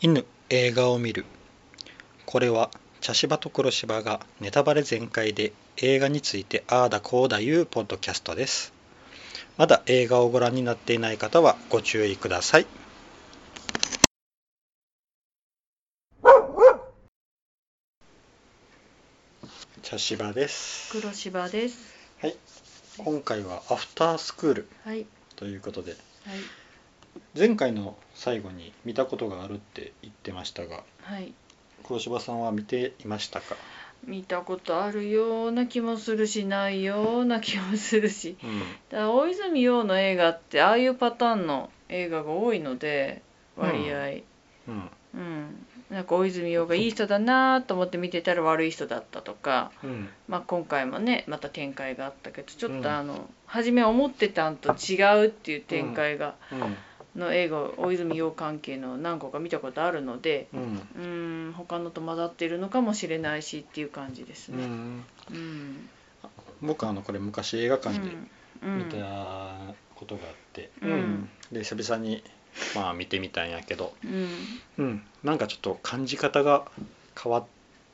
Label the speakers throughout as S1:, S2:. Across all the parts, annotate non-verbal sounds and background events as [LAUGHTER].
S1: 犬映画を見るこれは茶芝と黒芝がネタバレ全開で映画についてああだこうだいうポッドキャストですまだ映画をご覧になっていない方はご注意ください茶芝です
S2: 黒芝です。
S1: はい今回はアフタースクール
S2: はい。
S1: ということで
S2: はい。
S1: 前回の最後に見たことがあるって言ってましたが
S2: はい。
S1: 黒柴さんは見ていましたか、
S2: 見たことあるような気もするし、ないような気もするし。だから大泉洋の映画って、ああいうパターンの映画が多いので、割合。
S1: うん
S2: うん。なんか大泉洋がいい人だなと思って見てたら悪い人だったとか、
S1: うん
S2: まあ、今回もねまた展開があったけどちょっ
S1: うん
S2: とあの、初め思ってたんと違うっていう展開が、
S1: うん
S2: の映画を大泉洋関係の何個か見たことあるので、
S1: うん
S2: うーん他のと混ざってるのかもしれないしっていう感じです
S1: う
S2: ね。
S1: ん
S2: うん、
S1: 僕あのこれ昔映画館で
S2: うん
S1: 見たことがあって、
S2: うん
S1: で久々にまあ見てみたんやけど、
S2: うん、
S1: うん、なんかちょっと感じ方が変わっ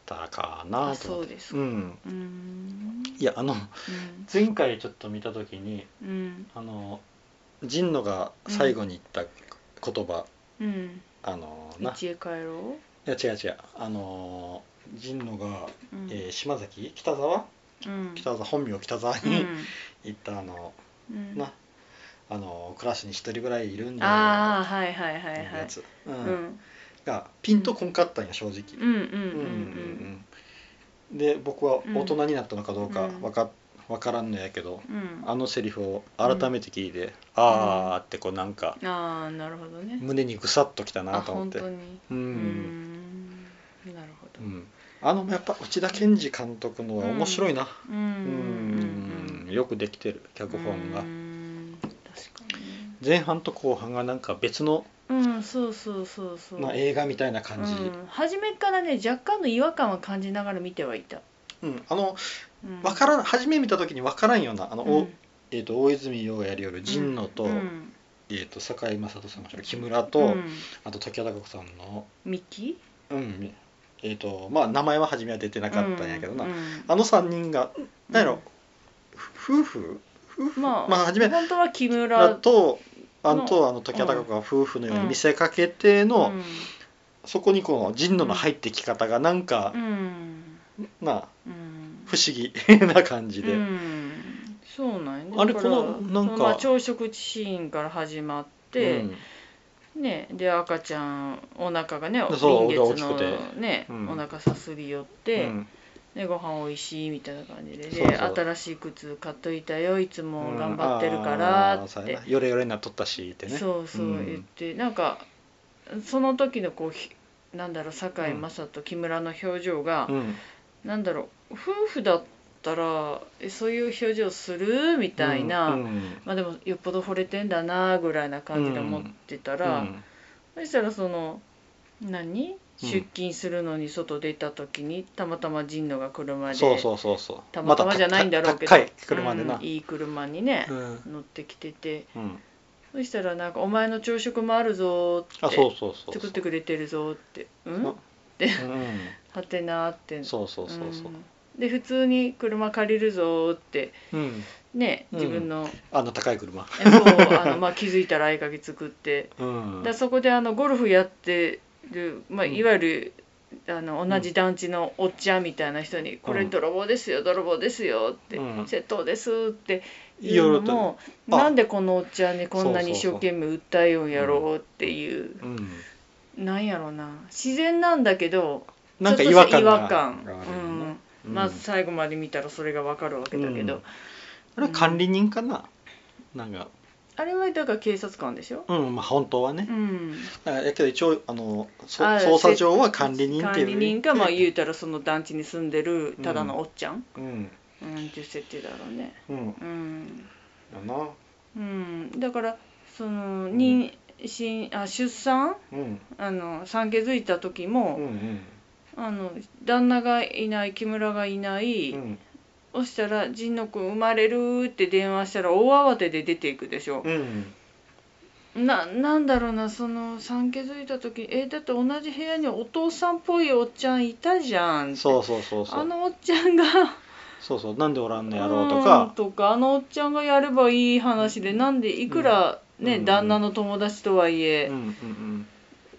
S1: たかな
S2: あ
S1: と思
S2: そ
S1: っ
S2: う
S1: て
S2: です
S1: う
S2: か。
S1: ん
S2: うーん
S1: いやあの
S2: うん
S1: 前回ちょっと見た時に
S2: うん
S1: あの神野が最後に言った言葉、
S2: うん
S1: あのな
S2: 家へ帰ろ
S1: いや違う違うあのー神野が、
S2: う。うん
S1: えー島崎北沢
S2: うん
S1: 北沢本名北沢
S2: うん
S1: に行ったあの、
S2: うん
S1: なあのークラスに一人ぐらいいるんじ
S2: ああ
S1: ゃ
S2: はいはいは
S1: ない
S2: い
S1: かっていう
S2: は
S1: や
S2: い。
S1: つ、
S2: う
S1: うん
S2: ん
S1: がピンとこんかったんや正直、
S2: うんうん
S1: う
S2: うん
S1: うんうんで僕は大人になったのかどうか
S2: うん
S1: わかわからんのやけど
S2: うんうん。
S1: あのセリフを改めて聞いて、あーってこうなんか
S2: ああなるほどね。
S1: 胸にぐさっときた
S2: あ
S1: なと思っ
S2: 本
S1: て
S2: 当に。
S1: う
S2: うんんなるほ
S1: う。
S2: ど
S1: ん、あのやっぱ内田健二監督のは面白いな、
S2: うん
S1: う
S2: うん
S1: んよくできてる脚本が
S2: うーん確かにね。
S1: 前半と後半がなんか別の、
S2: うん、そうそうそうそう。
S1: まあ、映画みたいな感じ、
S2: うん、初めからね若干の違和感は感じながら見てはいた。
S1: うんあの
S2: うん、
S1: わからん初め見た時に分からんようなあの、
S2: う
S1: お
S2: ん
S1: えー、と大泉洋がやりよる神野と,、
S2: うん
S1: えー、と堺雅人さんがやる木村と、
S2: うん、
S1: あと時矢孝子さんの、
S2: ミキ
S1: うんえーとまあ、名前は初めは出てなかったんやけどな、
S2: うん
S1: あの3人が何やろ、ふ夫婦
S2: うんまあ、
S1: まあ初め
S2: 本当は木
S1: だ
S2: 村
S1: とあ
S2: の
S1: とあの時矢孝子が夫婦のように見せかけての、
S2: うん
S1: そこにこの神野の入ってき方がなんか
S2: う、ん
S1: なあ
S2: うん、
S1: 不思議 [LAUGHS] な感じで、
S2: うん、そうなんやね
S1: あれ
S2: だから
S1: このなんか
S2: まあ、朝食シーンから始まって、ね、で赤ちゃんお腹がね
S1: そう
S2: 臨
S1: 大
S2: 月
S1: きく
S2: の
S1: て
S2: ね、
S1: うん
S2: お腹さすり寄っ
S1: うん
S2: て、
S1: うん
S2: でご飯おいしいみたいな感じでで
S1: そうそう
S2: 新しい靴買っといたよいつも頑張ってるから
S1: あー
S2: っ
S1: そ
S2: て
S1: う、やなヨレヨレになっとったしってね
S2: そうそう
S1: うん
S2: 言って、なんかその時のこうひなんだろう堺雅人木村の表情が
S1: う、ん
S2: なんだろう夫婦だったらえそういう表情するみたいな、
S1: うんうん
S2: まあでもよっぽど惚れてんだなぐらいな感じで思ってたら。
S1: うん
S2: そしたらその何出勤するのに外出た時に、たまたま神野が車で
S1: そうそうそうそう
S2: たまたまじゃないんだろうけど、
S1: また高い車でな
S2: うんいい車にね
S1: う、ん、
S2: 乗ってきてて
S1: うん
S2: そしたらなんか「お前の朝食もあるぞ」って
S1: あそうそうそう
S2: 作ってくれてるぞ」って「うん
S1: あ
S2: は
S1: う
S2: てな」って
S1: ん、そうそうそうそう、
S2: んで普通に車借りるぞって
S1: うん、
S2: ね
S1: うん
S2: 自分の、
S1: あの高い車
S2: えそうあの、まあ、気づいたら合鍵作って
S1: うん
S2: だそこであのゴルフやってる、まあ、
S1: うん
S2: いわゆる、あの同じ団地のおっちゃんみたいな人に「これ泥棒ですよ泥棒ですよ」って、
S1: うん
S2: 窃盗です」って
S1: い
S2: 言
S1: ろ
S2: うの
S1: いろと、
S2: も
S1: あ
S2: なんでこのおっちゃんにこんな
S1: そう
S2: に一生
S1: そうそう
S2: 懸命訴えようんやろうっていう
S1: うん、
S2: なんやろな自然なんだけど
S1: なんか
S2: ち
S1: 違
S2: ょ
S1: 和
S2: っとし
S1: 感
S2: た違
S1: が
S2: 和感
S1: があるよね
S2: うんまあ最後まで見たらそれがわかるわけだけど、
S1: うんあれは管理人かな、なんか
S2: あれはだから警察官でしょ、
S1: うんまあ本当はね
S2: う、ん、
S1: だからやけど一応あのそ
S2: あ
S1: 捜査上は管理人って
S2: 管
S1: いう
S2: 理人かまあ
S1: う
S2: 言うたらその団地に住んでるただのおっちゃん、
S1: うん
S2: うん、っていう設定だろうね。
S1: うん
S2: うん、
S1: だな
S2: うん、だからその妊娠あ出産
S1: うん
S2: あの産気づいた
S1: う
S2: 時
S1: んう
S2: も、
S1: ん
S2: あの旦那がいない木村がいない、
S1: うん
S2: そしたら「神野くん生まれる」って電話したら大慌てで出ていくでしょ。
S1: うん
S2: ななんだろうなその産気づいた時えだって同じ部屋にお父さんっぽいおっちゃんいたじゃんって
S1: そうそうそうそ
S2: あ
S1: う
S2: のおっちゃんが
S1: そうそうなんでおらんのやろうと
S2: うん
S1: か
S2: とかあのおっちゃんがやればいい話でなんでいくら、
S1: うん
S2: ね、
S1: うん
S2: 旦那の友達とはい
S1: うんう
S2: え、
S1: んうん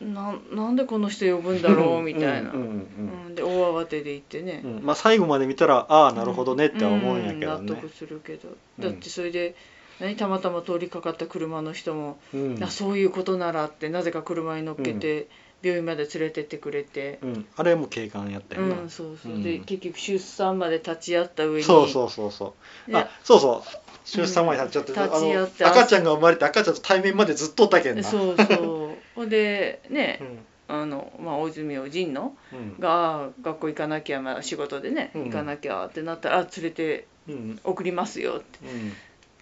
S2: ななんでこの人呼ぶんだろうみたいな、
S1: う
S2: うん
S1: うん
S2: んで大慌てで行ってね
S1: う、んうんまあ最後まで見たらああなるほどねっては思うんやけど
S2: うん納
S1: ね
S2: 得するけど
S1: うん
S2: だってそれで、何たまたま通りかかった車の人も、
S1: うん
S2: あそういうことならってなぜか車に乗っけて、病院まで連れてってくれて、
S1: うんあれも警官やったよな
S2: うんそうそう、
S1: うん
S2: で結局出産まで立ち会った上に
S1: そうそうそうそう
S2: ね
S1: あそうそう出産前に立ち会って、
S2: うん立ち会って
S1: あの赤ちゃんが生まれて赤ちゃんと対面までずっとおったけんな
S2: そうそうほんでね
S1: うん
S2: あの、まあ、大泉洋仁の
S1: うん
S2: が学校行かなきゃ、まあ、仕事でね
S1: うん
S2: 行かなきゃってなったら、あ連れて
S1: うん
S2: 送りますよって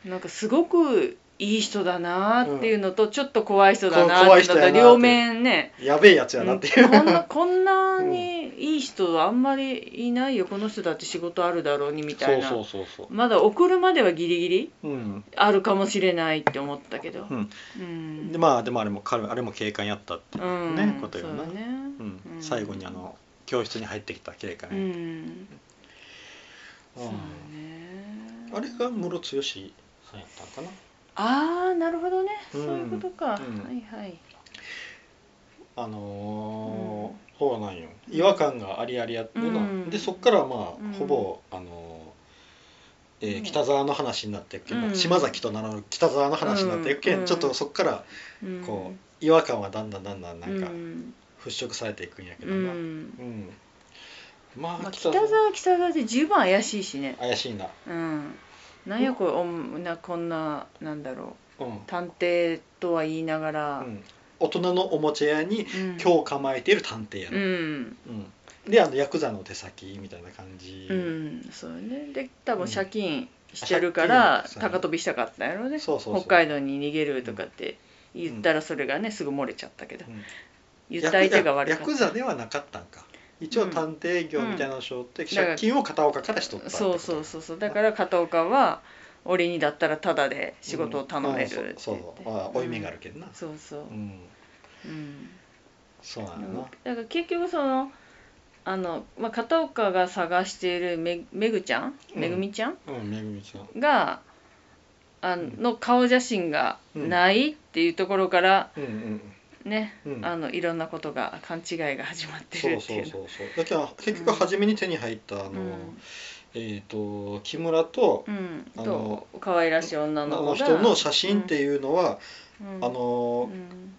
S1: うん
S2: なんかすごくいい人だなっていうのと、ちょっと怖い人だな
S1: こ怖
S2: っ
S1: い
S2: て
S1: 人
S2: な
S1: や
S2: っ
S1: な
S2: た
S1: って
S2: ら両面ね
S1: やべえやつ
S2: う
S1: や
S2: ん
S1: なっていう、
S2: こ
S1: [LAUGHS]
S2: んなこんなにいい人はあんまりいないよこの人だって仕事あるだろうにみたいな
S1: そうそうそうそ
S2: まだ送るまではギリギリ
S1: ううん
S2: あるかもしれないって思ったけど
S1: うん
S2: うん
S1: でまあでもあれも彼あれも警官やったっていうね、
S2: うん
S1: ことよ
S2: そ
S1: な
S2: う
S1: う、
S2: だね
S1: ん
S2: うん
S1: 最後にあの教室に入ってきた警官
S2: う
S1: や、
S2: ん
S1: う
S2: そ
S1: ん
S2: うね
S1: あれがムロツヨシさんやったんかな
S2: ああなるほどね、
S1: うん
S2: そういうことか、
S1: うん
S2: はいはい
S1: あの
S2: うん
S1: ーそうなんよ違和感がありありやってな、
S2: うん
S1: でそっからまあ、
S2: うん
S1: ほぼあのーえー
S2: うん
S1: 北沢の話になっていくけど、
S2: うん
S1: 島崎と名乗る北沢の話になっていくけん、
S2: うん
S1: ちょっとそっからこう違和感はだんだんだんだんなんか
S2: うん
S1: 払拭されていくんやけ
S2: う
S1: どな、うん
S2: ん
S1: ま
S2: ま
S1: あ
S2: あ、北沢は北沢で十分怪しいしね
S1: 怪しいな
S2: うんなんやこれおんなこんななんだろ
S1: うん、うん
S2: う、探偵とは言いながら、
S1: 大人のおもちゃ屋に
S2: うん
S1: 今日構えている探偵や
S2: う
S1: な、
S2: ん
S1: うんであのヤクザの手先みたいな感じ、
S2: うんそうねで多分借金してるから
S1: 借金
S2: 高飛びしたかったんやろね
S1: そうそうそう
S2: 北海道に逃げるとかって言ったらそれがねすぐ漏れちゃったけど、
S1: うん
S2: 言った相手が悪
S1: ヤ
S2: か
S1: ク
S2: っ
S1: ザではなかったんか一応
S2: うん
S1: 探偵業みたいなのをしょって、
S2: だか
S1: 借
S2: ら
S1: 金を片岡からしとった
S2: た
S1: ってこ
S2: そう
S1: と
S2: そうそうそうだから片岡は俺にだったらタダで仕事を頼めるって
S1: う
S2: 言っ
S1: ん
S2: て
S1: そうそうああ負い目があるけどな
S2: そうそう
S1: う、ん
S2: うん、
S1: そうなんや
S2: で
S1: な
S2: もだから結局そのあの、まあ、片岡が探しているめめぐちゃん
S1: うん
S2: めぐみちゃん
S1: うんめぐみちゃん
S2: があ
S1: うん
S2: の顔写真がないっていうところから
S1: うんうん
S2: ね、
S1: うんうん
S2: あのいろんなことが勘違いが始まって
S1: そ
S2: る
S1: う
S2: って
S1: そ
S2: いうう
S1: そうそうだけど結局初めに手に入ったあの、
S2: うん
S1: えっ、と木村と
S2: うん
S1: あの
S2: と可愛らしい女
S1: あ
S2: の子が
S1: の人の写真っていうのは、
S2: うん
S1: あの
S2: うん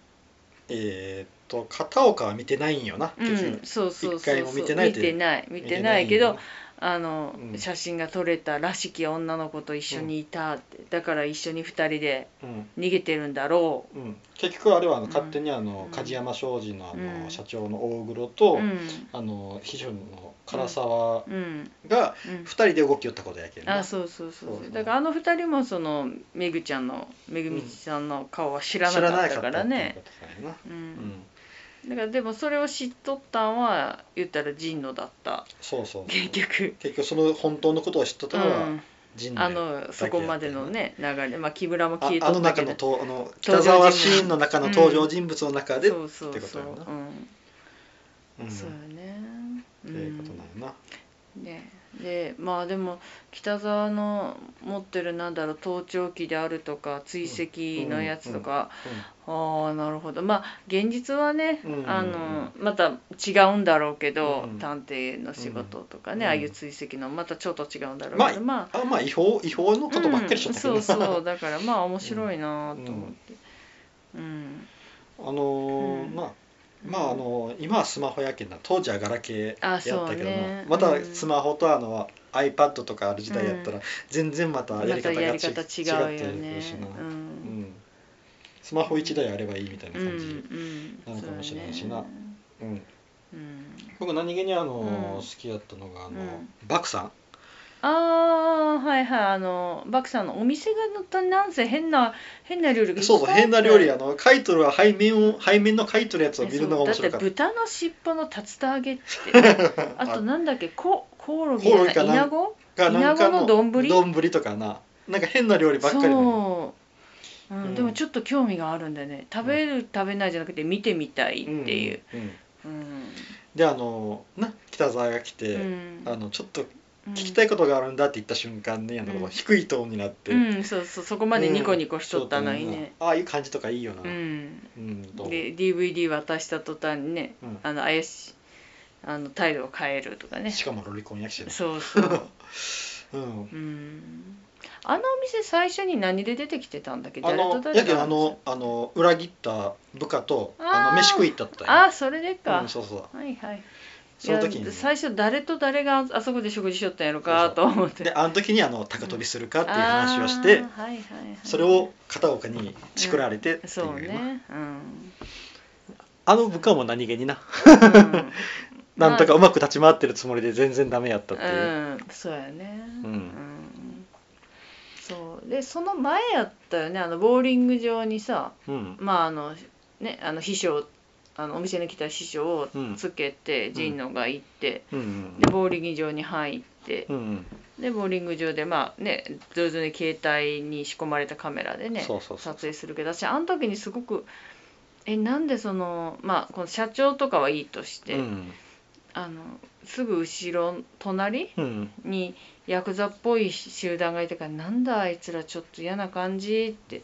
S1: えっ、と片岡は見てないんよな、
S2: う
S1: 結局
S2: ん、そうそうそう
S1: 一回も見てない
S2: 見
S1: という
S2: てない見てないけどあの、
S1: うん
S2: 写真が撮れたらしき女の子と一緒にいたって、だから一緒に二人で
S1: うん
S2: 逃げてるんだろ
S1: うん、結局あれはあの
S2: うん
S1: 勝手にあの
S2: うん
S1: 梶山商事のあ
S2: う
S1: の
S2: ん
S1: 社長の大黒
S2: う、
S1: と、
S2: うん
S1: あの秘書の唐沢
S2: うん
S1: が
S2: うん
S1: 2、人で動きよったことやけんな
S2: あそうそうそう
S1: そうそう
S2: だからあの二人もそのめぐちゃんのめぐみちゃんの顔は知らなかったか
S1: 知らなかっ
S2: らね
S1: たっていうことだよ
S2: う
S1: な、うんん、
S2: だからでもそれを知っとったんは言ったら神野だった
S1: そうそう
S2: 結局
S1: 結局その本当のことを知ったと
S2: う
S1: のは
S2: ん
S1: 神野
S2: あ
S1: で
S2: のそこまでのね流れまあ木村も
S1: あ
S2: 消え
S1: あの
S2: とったけ
S1: 中
S2: ど
S1: のとあの
S2: 登
S1: 北
S2: 場人物
S1: 沢シーンの中の登場人物の中で、
S2: そうそう
S1: ってこと
S2: そう
S1: やな
S2: うん
S1: うん
S2: そうよね。
S1: っていうことなんやな、
S2: うんねでまあでも北沢の持ってるなんだろう盗聴器であるとか追跡のやつとか、ああなるほどまあ現実はね、
S1: うん
S2: あのまた違うんだろうけど、
S1: うん
S2: 探偵の仕事とか
S1: うん
S2: ね、ああいう追跡のまたちょっと違うんだろう
S1: まあ
S2: けど、まあ
S1: あまあ違法違法のことばっかりしと
S2: うん
S1: ったけどな、
S2: そうそうだからまあ面白いなと思ってうん、
S1: あのー
S2: うん
S1: まあまああの今はスマホやけんな当時はガラケーや
S2: あ
S1: ったけど
S2: そう
S1: な、
S2: ね
S1: また
S2: うん
S1: スマホとあの iPad とかある時代やったら、全然またや
S2: ま
S1: り
S2: た
S1: 方が
S2: やり
S1: ち
S2: 方違
S1: 違
S2: うよ
S1: ってく
S2: ね
S1: るしな、
S2: う
S1: うん
S2: ん
S1: スマホ1台あればいいみたいな
S2: うん
S1: 感じ、
S2: うん
S1: なのかもしれんしな
S2: そうね
S1: うん
S2: うん、
S1: 僕何気にあのー、
S2: うん
S1: 好きやったのがあの、
S2: うん
S1: バクさん
S2: ああはいはいあのバクさんのお店がのったなんせ変な変な料理がいっぱい
S1: そうそう変な料理
S2: あ
S1: あのカイトルは背面を背面のカイトルやつを見るのが面白かっ
S2: だ
S1: た
S2: って豚の尻尾の竜田揚げって
S1: [LAUGHS]
S2: あとなんだっけココオロギじゃない
S1: コオロギか
S2: イ
S1: な
S2: ナゴ
S1: がなんか
S2: イナゴの丼
S1: 丼とかななんか変な料理ばっかりな
S2: そううん
S1: うん
S2: でもちょっと興味があるんだよね食べる食べないじゃなくて見てみたいっていう、
S1: うん、うん
S2: うん
S1: であのな北沢が来て、
S2: うん
S1: あのちょっと
S2: うん、
S1: 聞きたいことがあるんだって言った瞬間に、あの
S2: うん
S1: 低いトーンになって、
S2: うんそうそうそこまでニコニコしとったのに
S1: そうだな
S2: ね、
S1: ああいう感じとかいいよな
S2: うん
S1: うんと
S2: で DVD 渡した途端にね
S1: うん
S2: あの怪しいあの態度を変えるとかね
S1: しかもロリコン役者で
S2: そ
S1: [LAUGHS]
S2: うそう
S1: うん
S2: うんあのお店最初に何で出てきてたんだっけ
S1: あ
S2: 誰と
S1: の
S2: 誰
S1: やけ
S2: と
S1: どあのあの裏切った部下と
S2: あー
S1: あの飯食い行ったったんや
S2: あそれでか、
S1: うん、そうそう
S2: はいはい
S1: その時に
S2: い
S1: ね
S2: や最初誰と誰があそこで食事しよったんやろかと思って
S1: であの時にあの高飛びするかっていう
S2: あー
S1: 話をして
S2: はいはいはい、
S1: それを片岡にチクられてっていう,、
S2: そうね
S1: [LAUGHS]
S2: うん、
S1: あの部下も何気にな
S2: うん
S1: なんとかうまく立ち回ってるつもりで全然ダメやったっていう、
S2: うん、そうやね
S1: う
S2: うんんそうでその前やったよねあのボーリング場にさ
S1: うん
S2: まああのねあの秘書あのお店に来た秘書をつけて、
S1: ん
S2: 神野が行って、
S1: うん
S2: でボーリング場に入って
S1: うん、うん
S2: でボーリング場でまあね上手に携帯に仕込まれたカメラでね
S1: そうそうそう
S2: 撮影するけど私あの時にすごくえなんでそのまあこの社長とかはいいとして、
S1: うん
S2: あのすぐ後ろ隣
S1: うん
S2: にヤクザっぽい集団がいたからなんだあいつらちょっと嫌な感じって、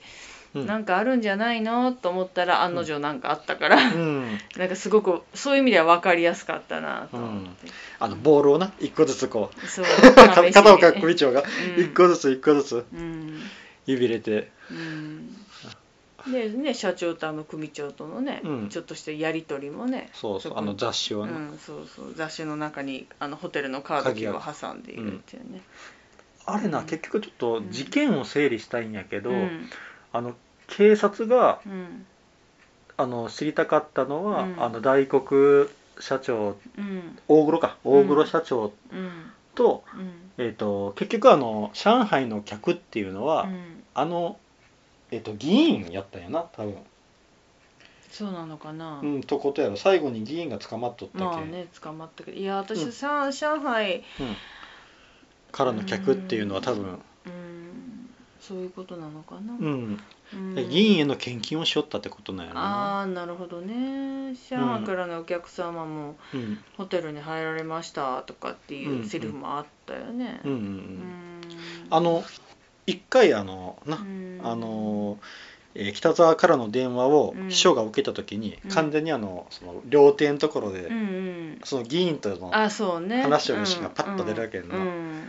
S1: うん
S2: なんかあるんじゃないのと思ったら案の定なんかあったから、
S1: うん
S2: なんかすごくそういう意味では分かりやすかったなと思って、
S1: あのボールをな一個ずつこう
S2: そう
S1: か [LAUGHS] 片岡
S2: うん
S1: 首長が一個ずつ一個ずつ
S2: うん
S1: 指入れて
S2: うんでね社長とあの組長とのね、
S1: うん
S2: ちょっとしたやり取りもね
S1: そうそう
S2: そこ
S1: あの雑誌を
S2: う
S1: な、
S2: ん、そうそう雑誌の中にあのホテルのカードキーを挟んでいるっていうね。
S1: あれな
S2: うん
S1: 結局ちょっと事件を整理したいんやけど、
S2: うん
S1: あの警察が
S2: うん
S1: あの知りたかったのは、
S2: うん
S1: あの大黒社長
S2: うん
S1: 大黒か
S2: うん
S1: 大黒社長
S2: うん
S1: と,、
S2: うん
S1: えー、と結局あの上海の客っていうのは、
S2: うん
S1: あの、えー、と議員やったんやな多分、
S2: そうなのかな、
S1: うん、とことやろ最後に議員が捕まっとったけ、
S2: まあね捕まったけどいや
S1: うん
S2: 私さ、上海、
S1: うん、からの客っていうのは多分、
S2: うん、そういうことなのかな、
S1: うん
S2: うん
S1: 議員への献金をしよったってことなんやろな、
S2: ああなるほどね上海からのお客様も、
S1: うん
S2: ホテルに入られましたとかっていうセリフもあったよね。
S1: うんうんう、
S2: うんん
S1: あの一回あのな、
S2: うん
S1: あの、えー北沢からの電話を
S2: うん
S1: 秘書が受けた時に、
S2: うん
S1: 完全にあのその料亭のところで、
S2: うんうん
S1: その議員との
S2: あそうね
S1: 話を虫がパッと出るわけやな
S2: うんうん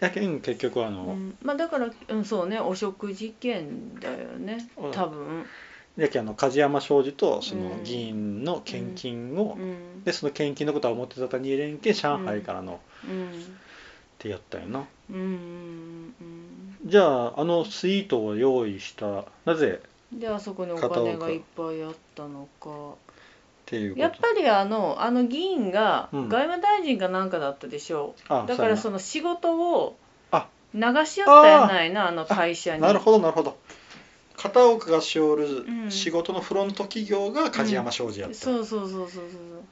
S1: やけん結局あ
S2: う
S1: の、
S2: んまあだから、うん、そうねお食事券だよね
S1: うん
S2: 多分、
S1: やけんあの梶山庄司とその
S2: うん
S1: 議員の献金を、
S2: うん
S1: でその献金のことは表沙汰に入れんけ上海からの、っ
S2: うん
S1: てやったよな
S2: うんうんうん
S1: じゃああのスイートを用意したなぜっ
S2: であそこにお
S1: 片
S2: 金
S1: 岡
S2: がいっぱいあったのか
S1: ていうこと
S2: やっぱりあのあの議員が
S1: うん
S2: 外務大臣かなんかだったでしょう、
S1: あ
S2: だから
S1: そ
S2: そうの仕事を
S1: あ
S2: 流し合ったやないなあの会社
S1: や
S2: に
S1: ななる
S2: ど
S1: ほどなるほど片岡がしお
S2: う
S1: る
S2: ん
S1: 仕事のフロント企業が梶山庄司やった、
S2: そうそうそうそう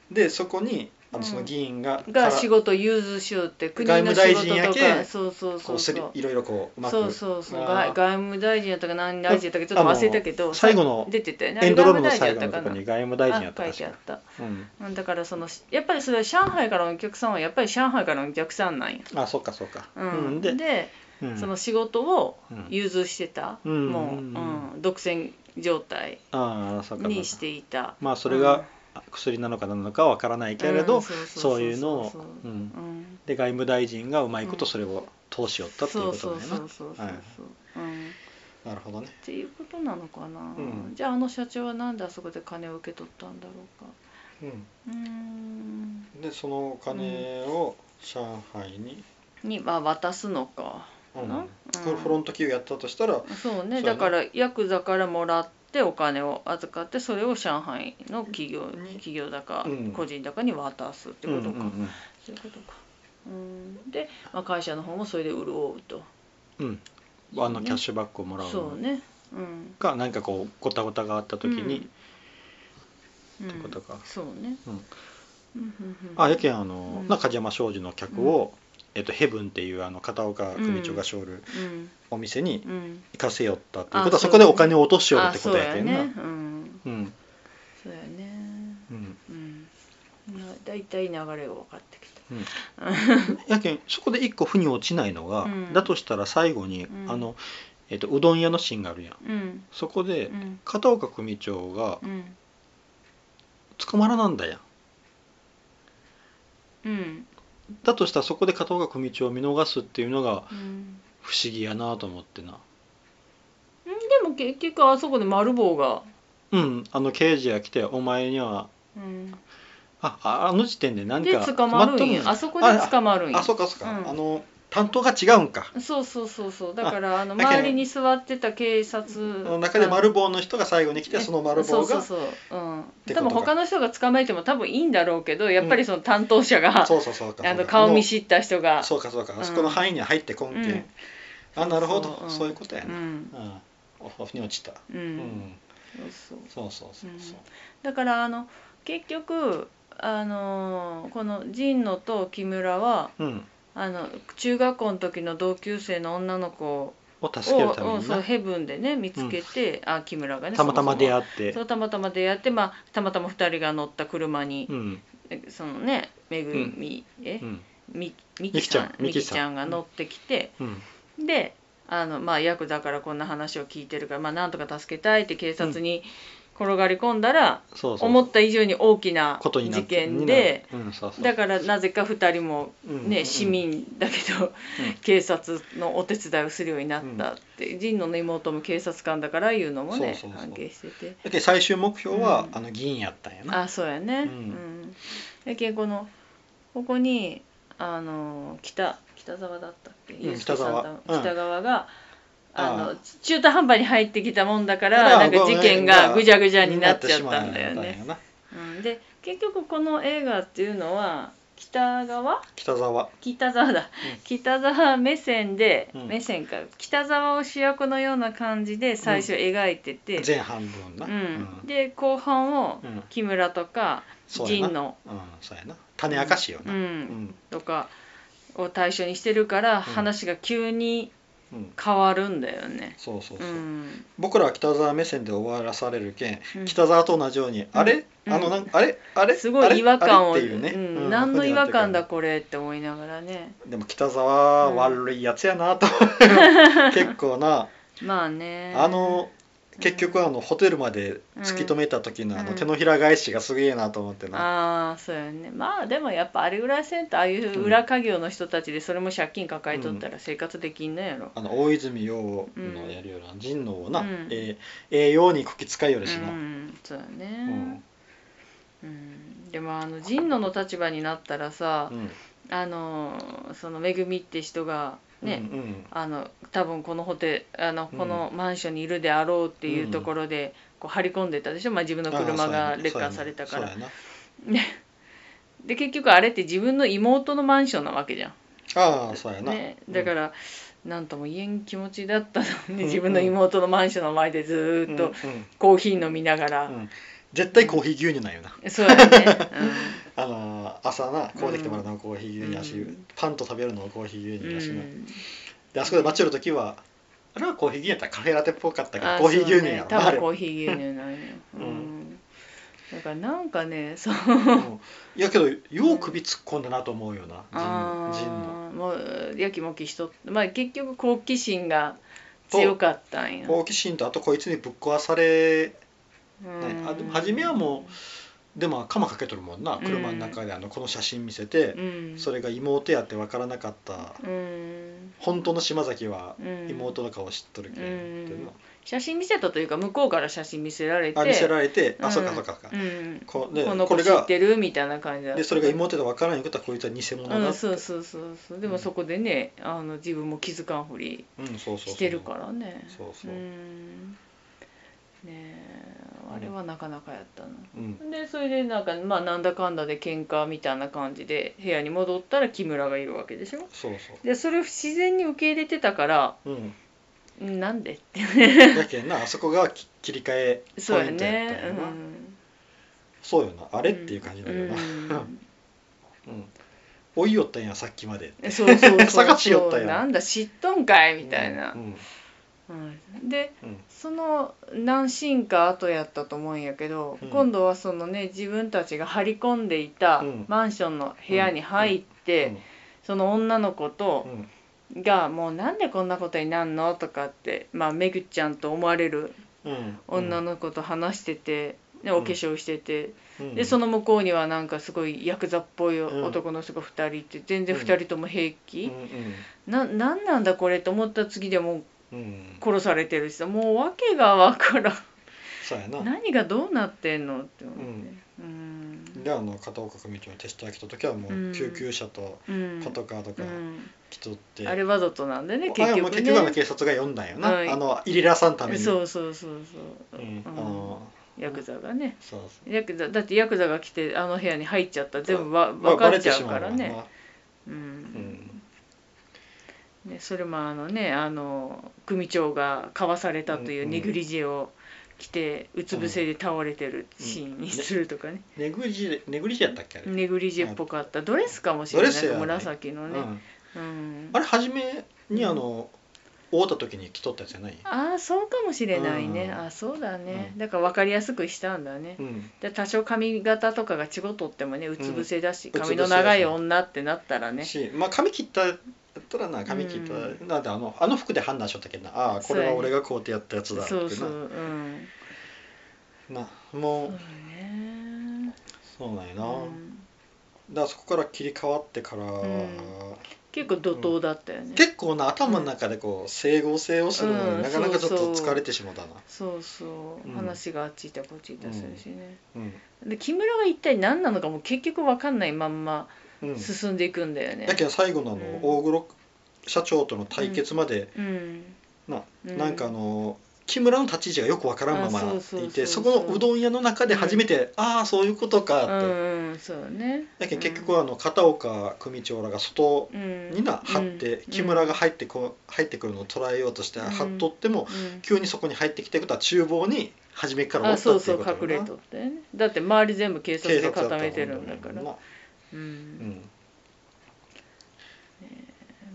S2: そ
S1: でそこにあの
S2: うん
S1: その議員が,、
S2: うが仕事融通しようって国の
S1: 外
S2: 仕
S1: 務大臣や
S2: 事と
S1: けん
S2: かそうそう
S1: こ
S2: そうう
S1: す
S2: そ
S1: り
S2: う
S1: いろいろこううまく
S2: そうそうそう
S1: あー
S2: 外外務大臣やったか何大臣やったかちょっと忘れたけど
S1: あ最後の
S2: 出てたよね
S1: エンドロールの
S2: あ
S1: 最後
S2: れ外
S1: のとこ
S2: 務大臣
S1: に
S2: や
S1: 外務
S2: った
S1: 大
S2: か
S1: 臣
S2: な
S1: やった確
S2: あ書いてあっ
S1: か
S2: た
S1: うん
S2: うんだからそのやっぱりそれは上海からのお客さんはやっぱり上海からのお客さんなんや
S1: あそっかそっか、
S2: うん
S1: で
S2: で
S1: うん
S2: その仕事を
S1: うん
S2: 融通してた、
S1: うん
S2: もう、
S1: うん
S2: うん、独占状態
S1: ああそっかそっ
S2: に
S1: か
S2: していた
S1: まあそれが薬なのかなのかわからないけれど、
S2: うん
S1: そういうのを
S2: そうそう
S1: う
S2: そうそうんうん
S1: で外務大臣がうまいことそれを通しよったっていう
S2: そう
S1: こと
S2: そう
S1: だよ
S2: そ
S1: な、
S2: うそうそう
S1: はい
S2: うんっ
S1: なるほどね
S2: ていうことなのかな、
S1: ん
S2: じゃああの社長はなんであそこで金を受け取ったんだろうか
S1: う
S2: うーん
S1: んでそのお金を上海に、
S2: にまあ渡すのか
S1: うん
S2: うん
S1: これフロント企業やったとしたら
S2: そ
S1: そうや
S2: うね
S1: な
S2: だからヤクザからもらってお金を預かってそれを上海の企業
S1: に
S2: 企業だか、
S1: うん
S2: 個人だかに渡すってこ
S1: う
S2: とか、
S1: んうん
S2: そういうことかうんで、まあ、会社の方もそれで潤うと
S1: うんうんあのキャッシュバックをもらう
S2: そう
S1: の
S2: ねうん
S1: か何かこうごたごたがあった時に、
S2: うん
S1: ってことか
S2: そうね
S1: うん
S2: うんうんうん
S1: あやけんあの、
S2: うん
S1: な梶山商事の客を、えっと、ヘブンっていうあの片岡組長がしょる
S2: うん
S1: お店に
S2: うん
S1: 行かせよったっていうことは
S2: あ
S1: そこでお金を落としよるってことや
S2: あ
S1: け
S2: そうん
S1: な
S2: やねうん
S1: うん
S2: そうやね
S1: うん
S2: うんな大体流れが分かってきた
S1: やけんそこで一個腑に落ちないのが、
S2: うん
S1: だとしたら最後に、
S2: うん
S1: あの、えっとうどん屋のシーンがあるやん
S2: うん
S1: そこで、
S2: うん
S1: 片岡組長が
S2: うん
S1: 捕まらなんだやん
S2: うん
S1: だとしたらそこで片岡組長を見逃すっていうのが
S2: うん
S1: 不思議やなと思ってな
S2: うんでも結局あそこで丸坊が、
S1: うんあの刑事が来てお前には
S2: うん、
S1: あああの時点でなん
S2: で
S1: か
S2: 捕まる
S1: 止
S2: ん
S1: っと
S2: やあそこ
S1: あ
S2: で捕まるんや
S1: あそうかそうか、
S2: うん
S1: あの担当が違うんか
S2: そうそうそうそうだからあの
S1: だけど
S2: 周りに座ってた警察
S1: の中で丸棒の人が最後に来てその丸棒
S2: そ
S1: が
S2: うそうそう、うん、
S1: てこと
S2: 多
S1: か
S2: 分他の人が捕まえても多分いいんだろうけどやっぱりその担当者が、
S1: そうそうそうか
S2: あの顔見
S1: し
S2: 知った人が
S1: そうかそうか、
S2: うん
S1: あそこの範囲には入ってこんけん、
S2: うん
S1: あなるほど
S2: そう
S1: そううんいうことや
S2: う
S1: な、
S2: ん
S1: うんお腑に落ちた
S2: うん、
S1: うん、
S2: そうそう
S1: そうそうそうそう
S2: だからあの結局あのーこの神野と木村は
S1: うん、
S2: あの中学校の時の同級生の女の子
S1: を助けるた
S2: を
S1: め
S2: うん
S1: に
S2: そ
S1: な
S2: うヘブンでね見つけて、あ木村がね
S1: たまたま出
S2: っ
S1: 会って
S2: そうたまたま出会って、まあ、たまたま2人が乗った車に、
S1: うん
S2: そのねめぐみ、え
S1: うん
S2: み
S1: み
S2: みき
S1: きち
S2: さ
S1: ゃん
S2: んみきちゃん
S1: みきさ
S2: が
S1: ん
S2: 乗ってきて、
S1: うん
S2: であのまあヤクだからこんな話を聞いてるから、まあ、なんとか助けたいって警察に転がり込んだら、
S1: そうそう
S2: 思った以上に大きな
S1: ことになっ
S2: 事
S1: て
S2: 件で、
S1: になるうん、そうそう
S2: だからなぜか2人も
S1: うんうん
S2: ね、
S1: うん
S2: 市民だけど、
S1: うん
S2: 警察のお手伝いをするようになったって、神野の妹も警察官だからいうのもね
S1: そうそうそう
S2: 関係してて。
S1: だけど最終目標は、
S2: うん
S1: あの議員やったんやな
S2: あそうやね、う
S1: うん
S2: んだけどこのここにあの北北沢だったっけ、
S1: ん
S2: ユースケさんだ
S1: 北沢うん
S2: 北側が、あの
S1: ああ
S2: 中途半端に入ってきたもんだか
S1: だ
S2: ら
S1: から
S2: なんか事件がぐちゃぐちゃになっちゃっ
S1: に
S2: た
S1: なっ
S2: ん
S1: て
S2: だ
S1: しまうようになっ
S2: よ
S1: たん
S2: ね。
S1: やな
S2: うん、で結局この映画っていうのは北側
S1: 北沢
S2: 北沢だ、北沢目線で、
S1: うん
S2: 目線か北沢を主役のような感じで最初描いてて、
S1: 前半分な、
S2: うん、で後半を
S1: うん
S2: 木村とか
S1: そうや
S2: 神
S1: な
S2: 野
S1: うんそうやな種明かしよ
S2: う
S1: な、
S2: ん、とかを対象にしてるから話が急
S1: う
S2: に
S1: んうん
S2: 変わるんだよね。
S1: そうそう
S2: う
S1: そう、
S2: ん、
S1: 僕らは北沢目線で終わらされるけん、
S2: うん
S1: 北沢と同じように、あれ
S2: うん
S1: あのなんあれあれ
S2: すごい違和感を
S1: あれっていうね、
S2: うん
S1: うん
S2: 何の違和感だ
S1: こ
S2: これって思いながらね
S1: うなってくるでも北沢は悪いやつやな
S2: [LAUGHS]
S1: と、結構な
S2: まあね
S1: あの結局あのホテルまで突き止めた時のあの手のひら返しがすげえなと思ってな、
S2: ああそうやねまあでもやっぱあれぐらいせんとああいう裏稼業の人たちでそれも借金抱えとったら生活できんのやろ。
S1: あの大泉洋のやるような人能をな、
S2: うん
S1: えーええようにこき使いよ
S2: う
S1: るしな、
S2: ん、そうや
S1: う
S2: ね
S1: ん、
S2: うん、でもあの神野の立場になったらさ、
S1: うん
S2: あのそのめぐみって人がね、
S1: うんうん
S2: あの多分このホテあの
S1: うん
S2: このマンションにいるであろうっていうところで、こう張り込んでたでしょ、まあ、自分の車が劣化されたから、
S1: ああそうやな
S2: で結局あれって自分の妹のマンションなわけじゃん、
S1: そうやなああそうやな、
S2: ね、
S1: うん
S2: だから何とも言えん気持ちだったのに、
S1: うん
S2: 自分の妹のマンションの前でずーっと
S1: うんうん
S2: コーヒー飲みながら、
S1: うん絶対コーヒー牛乳なんよな、
S2: そうや
S1: [LAUGHS]
S2: ね、
S1: あのー朝なこうできてもらうのはコーヒー牛乳やし、
S2: うん
S1: パンと食べるのはコーヒー牛
S2: う
S1: 乳やしな、
S2: ん、
S1: であそこで待ちる時はあれはコーヒー牛乳やったらカフェラテっぽかったけど
S2: あ
S1: コーヒー牛乳
S2: そう
S1: や
S2: ね
S1: ろ
S2: 多
S1: なあ
S2: 分
S1: れ
S2: コーヒー牛乳なんよ、
S1: うん
S2: うん、だからなんかねそう
S1: うんいやけどよう首突っ込んだなと思うよな
S2: あ
S1: ジンの
S2: あもうやきもきしとっまあ結局好奇心が強かったんや、
S1: 好奇心とあとこいつにぶっ壊され
S2: うん
S1: あでも初めはもでも鎌かけとるもんな
S2: うん
S1: 車の中であのこの写真見せて
S2: う、ん、
S1: それが妹やって分からなかった
S2: うん、
S1: 本当の島崎は
S2: うん
S1: 妹の顔知っとるけど、っていうの
S2: 写真見せたというか向こうから写真見せられて
S1: あ見せられて、
S2: う
S1: あ
S2: ん
S1: そうかそうかそうか、
S2: うん、
S1: こで
S2: この
S1: こ
S2: 子
S1: れ
S2: 知
S1: が
S2: ってるみたいな感じだった
S1: でそれが妹で分からないことはこいつは偽物だ
S2: う
S1: なっ
S2: ん、
S1: て
S2: そうそうそうそうでもそこでねあの自分も気づかんふり
S1: うんそうそうそう
S2: してるからね
S1: そうそううん
S2: ねえあれはなかなかやったな、
S1: うん
S2: でそれでなんかまあなんだかんだで喧嘩みたいな感じで部屋に戻ったら木村がいるわけでしょ
S1: そう
S2: でそれを自然に受け入れてたから
S1: そううん
S2: んなんでって
S1: だけんなあそこがき切り替え
S2: そ
S1: ポ
S2: う
S1: イ
S2: や
S1: ントやっ
S2: ね
S1: たんやなそうよなあ
S2: あ
S1: れっていう感じだよな
S2: うん
S1: うん追いよったんやさっきまで
S2: そうそうそう
S1: 探しよったやん
S2: なんだ知っとんかいみたいな
S1: う、ん
S2: うんで
S1: うん
S2: その何シーンか後やったと思うんやけど、
S1: うん
S2: 今度はそのね自分たちが張り込んでいた
S1: うん
S2: マンションの部屋に入って、その女の子
S1: う
S2: と
S1: ん
S2: が「もうなんでこんなことになんの?」とかって、まあ、めぐちゃんと思われる
S1: うん
S2: 女の子と話してて、ね、お化粧してて、
S1: うん
S2: でその向こうにはなんかすごいヤクザっぽい
S1: うん
S2: 男の人が2人いて全然
S1: うん
S2: 2人とも平
S1: うん
S2: 気、ななんなんだこれと思った次でもう
S1: うんうん
S2: 殺されてるしさもう訳が分からん
S1: そうやな
S2: 何がどうなってんのって思ってう
S1: であの片岡組長に手下が来た時はも
S2: うん
S1: う救急車と
S2: んうん
S1: パトカーとか
S2: うん
S1: 来とって、
S2: あれわざとなんでね
S1: あ
S2: 結
S1: れはもう
S2: 局
S1: 結
S2: ね
S1: 局あの警察が読んだんよな、
S2: うん
S1: あの入れらさんために
S2: そうそうそうそう、
S1: うん、あ
S2: うん
S1: の
S2: ヤクザがね
S1: そうそう
S2: ヤクザだってヤクザが来てあの部屋に入っちゃったら全部わ
S1: まあ
S2: 分
S1: バ
S2: か
S1: レ
S2: っち
S1: て
S2: ゃ
S1: し
S2: う
S1: ま
S2: か
S1: うからら
S2: ね、
S1: な
S2: う
S1: うんん
S2: ね、それもあのねあの組長がかわされたというう
S1: う
S2: ん
S1: ん
S2: ネグリジェを着てうつ伏せで倒れてるシーンにするとかね、
S1: ネグリジネグリジェやったっけあれ、
S2: ネグリジェっぽかったドレスかもしれない、
S1: ドレスやね
S2: 紫の
S1: う
S2: ね、
S1: ん
S2: うん
S1: あれ初めにあの会うた時に来とったやつじゃない、
S2: ああそうかもしれないね、
S1: うん
S2: ああそうだね、
S1: うん
S2: だから分かりやすくしたんだね
S1: う、ん、
S2: で多少髪型とかが違うとってもねうつ伏せだし、
S1: うつ伏せ
S2: 髪の長い女ってなったらね
S1: しまあ髪切ったやったらな髪切った、
S2: う
S1: なんであのあの服で判断しとったけどなああこれは俺がこうてやったやつだってな
S2: そうそううん
S1: なも
S2: そう
S1: う
S2: だね
S1: そうなんやな、
S2: うん
S1: だからそこから切り替わってから、
S2: ん結構怒涛だったよね、
S1: 結構な頭の中でこう整合性をするの
S2: うん
S1: になかなかちょっ
S2: そ
S1: と
S2: うそう
S1: 疲れてしまったな、
S2: そうそう、
S1: うん
S2: 話があっち行ったこっち行ったりするしね、
S1: うん
S2: で木村が一体何なのかも結局分かんないまんま
S1: うん、
S2: 進んでいくんだよね
S1: だけど最後のあの、
S2: うん
S1: 大黒社長との対決まで、
S2: うん
S1: な
S2: う
S1: なんかあの木村の立ち位置がよくわからんま
S2: あ
S1: ま
S2: そうそう
S1: いてそ
S2: そ
S1: う
S2: そう
S1: このうどん屋の中で初めて、ああそういうことかって、
S2: うんうんそうだね
S1: だけど結局はあの片岡組長らが外
S2: うん
S1: にな張って、
S2: うん
S1: 木村が入ってこう入ってくるのを捉えようとして
S2: うん
S1: 張っとっても、
S2: うん
S1: 急にそこに入ってきてことは厨房に初めからお
S2: あ
S1: った
S2: そう
S1: ってい
S2: そうう
S1: こと
S2: 隠れ
S1: な
S2: とってねだって周り全部警察
S1: 警
S2: で
S1: 察
S2: 固
S1: だ
S2: め
S1: って
S2: る
S1: た
S2: んだから
S1: な
S2: う、
S1: うんん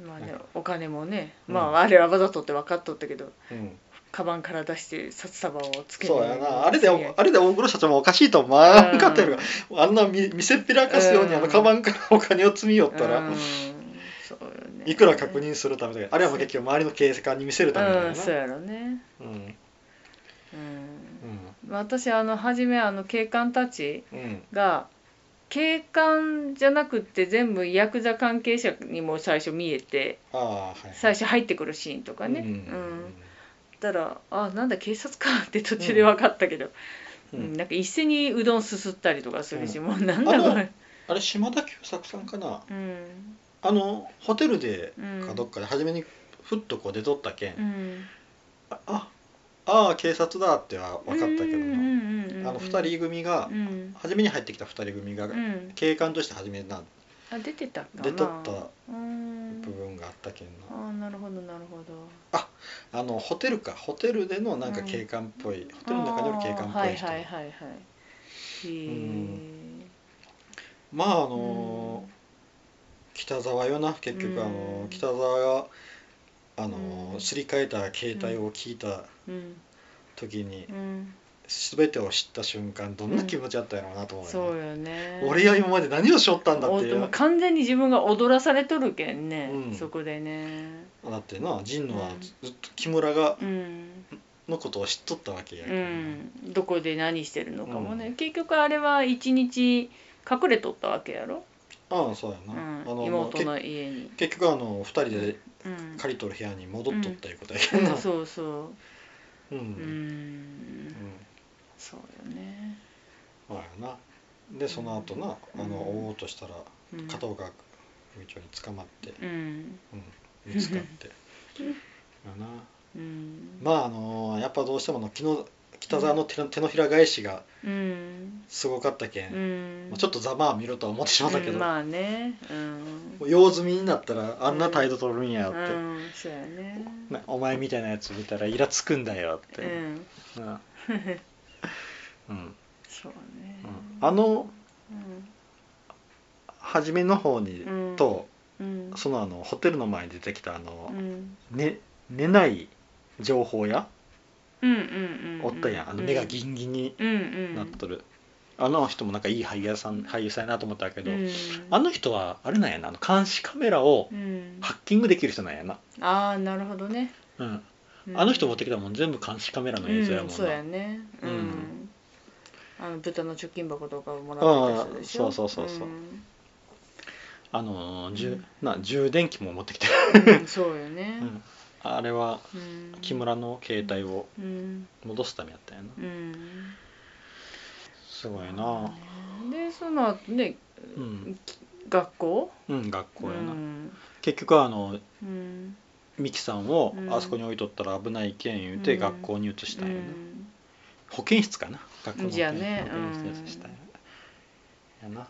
S2: まあ
S1: な
S2: ね
S1: んか
S2: お金もね、
S1: うん
S2: まああれはわざとって分かっとったけど
S1: うん、
S2: カバンから出して札束をつけて
S1: そうやなあれであれで大黒社長もおかしいと思わんかったよあんな見見せっぺらかすようにあ
S2: う
S1: の
S2: ん
S1: カバンからお金を積みよった
S2: う
S1: ら
S2: んそうよね
S1: いくら確認するためだけどあれはもう結局周りの警官に見せるためだ
S2: う
S1: よ
S2: んそう
S1: な
S2: やろね
S1: うん
S2: うん
S1: う
S2: 私あの初めあの警官たち
S1: んうん
S2: が警官じゃなくって全部ヤクザ関係者にも最初見えて
S1: ああはい
S2: 最初入ってくるシーンとかね、
S1: う
S2: うんんたら「あなんだ警察か」って途中で分かったけど、
S1: う
S2: うんん
S1: うん
S2: なんか一斉にうどんすすったりとかするし、
S1: う
S2: もうなんだこれ、
S1: あれ島田久作さんかな
S2: うん
S1: あのホテルで
S2: うん
S1: かどっかで初めにふっとこう出とったけん、
S2: うん、
S1: ああああ警察だっては分かったけど
S2: うん
S1: な
S2: うんうんうん
S1: あの2人組が
S2: うん
S1: 初めに入ってきた2人組が
S2: うん、
S1: 警官として初めにな
S2: あ出てたかな
S1: 出とった
S2: うん
S1: 部分があったけんな
S2: あーなるほどなるほど
S1: あのホテルかホテルでのなんか警官っぽい、ホテルの中にある警官っぽい人、
S2: あーはいはいはいはいへー
S1: まああのー
S2: うん
S1: 北沢よな結局あのー
S2: うん
S1: 北沢があのー
S2: うん
S1: すり替えた携帯を聞いた
S2: うん
S1: 時に
S2: うん
S1: 全てを知った瞬間どんな気持ちだったんやろうなと思うよね、
S2: そうよね
S1: 俺は今まで何をしよったんだってい
S2: お
S1: う
S2: もう完全に自分が踊らされとるけんね、
S1: うん
S2: そこでね
S1: だってな神野は
S2: うん
S1: ずっと木村が
S2: うん、
S1: のことを知っとったわけや
S2: う、
S1: けどなん
S2: どこで何してるのかもね、
S1: うん
S2: 結局あれは一日隠れとったわけやろ、
S1: ああそうや
S2: う
S1: な、
S2: ん
S1: あのもう
S2: 妹
S1: け
S2: の家に、
S1: 結局あの2人で
S2: うん、
S1: 借りとる部屋に戻っとったいうことやけどな、
S2: そうそう
S1: うんう
S2: うん、
S1: ん
S2: そうよね、
S1: まあやなでその後な、
S2: うん
S1: あの追おうとしたら
S2: うん、
S1: 片岡組長に捕まって、
S2: うん
S1: うん、見つかってやな
S2: うん
S1: まああのーやっぱどうしてもあの昨日北沢の手の手のひら返しが
S2: うん
S1: すごかったけん、
S2: うん
S1: まあちょっとざまあ見ろとは思ってしまったけど、
S2: うん、まあねうん、
S1: もう用済みになったらあんな態度取るんやって、
S2: うん、そうやね
S1: なお前みたいなやつ見たらイラつくんだよっ
S2: う
S1: て、
S2: ん [LAUGHS]
S1: なうんうん
S2: そうね、
S1: あの
S2: うん、
S1: 初めの方に
S2: うん
S1: と、
S2: うん
S1: そのあのホテルの前に出てきたあの
S2: う、ん
S1: ね、寝ない情報屋
S2: うんうんうん
S1: おったやんあの目がギンギンに
S2: うんうん
S1: なっとる、あの人もなんかいい俳優さん俳優さんやなと思ったけど、
S2: うん
S1: あの人はあれなんやなあの監視カメラを
S2: うん
S1: ハッキングできる人なんやな、
S2: ああなるほどね
S1: うん、
S2: うん
S1: あの人持ってきたもん全部監視カメラの映像や
S2: うん
S1: もん
S2: そう
S1: な、
S2: やねうん、
S1: うん
S2: あの豚の貯金箱とかをもらってたやつでしょ
S1: ああそうそうそうそうんあのーじゅ
S2: うん
S1: な充電器も持ってきてる、
S2: うんそうよね
S1: う、ん、あれは
S2: うん
S1: 木村の携帯を
S2: うん
S1: 戻すためやったんやな
S2: うん
S1: すごいな
S2: でその後ね
S1: うん、
S2: 学校
S1: うん、学校やな、
S2: うん
S1: 結局あの
S2: うん
S1: ミキさんを
S2: うん
S1: あそこに置いとったら危ないけん言うて
S2: うん
S1: 学校に移したんやな、
S2: うん
S1: 保健室かな学校の保
S2: じゃあ
S1: 健,、
S2: ね
S1: 保健室のやつしたんや,、やな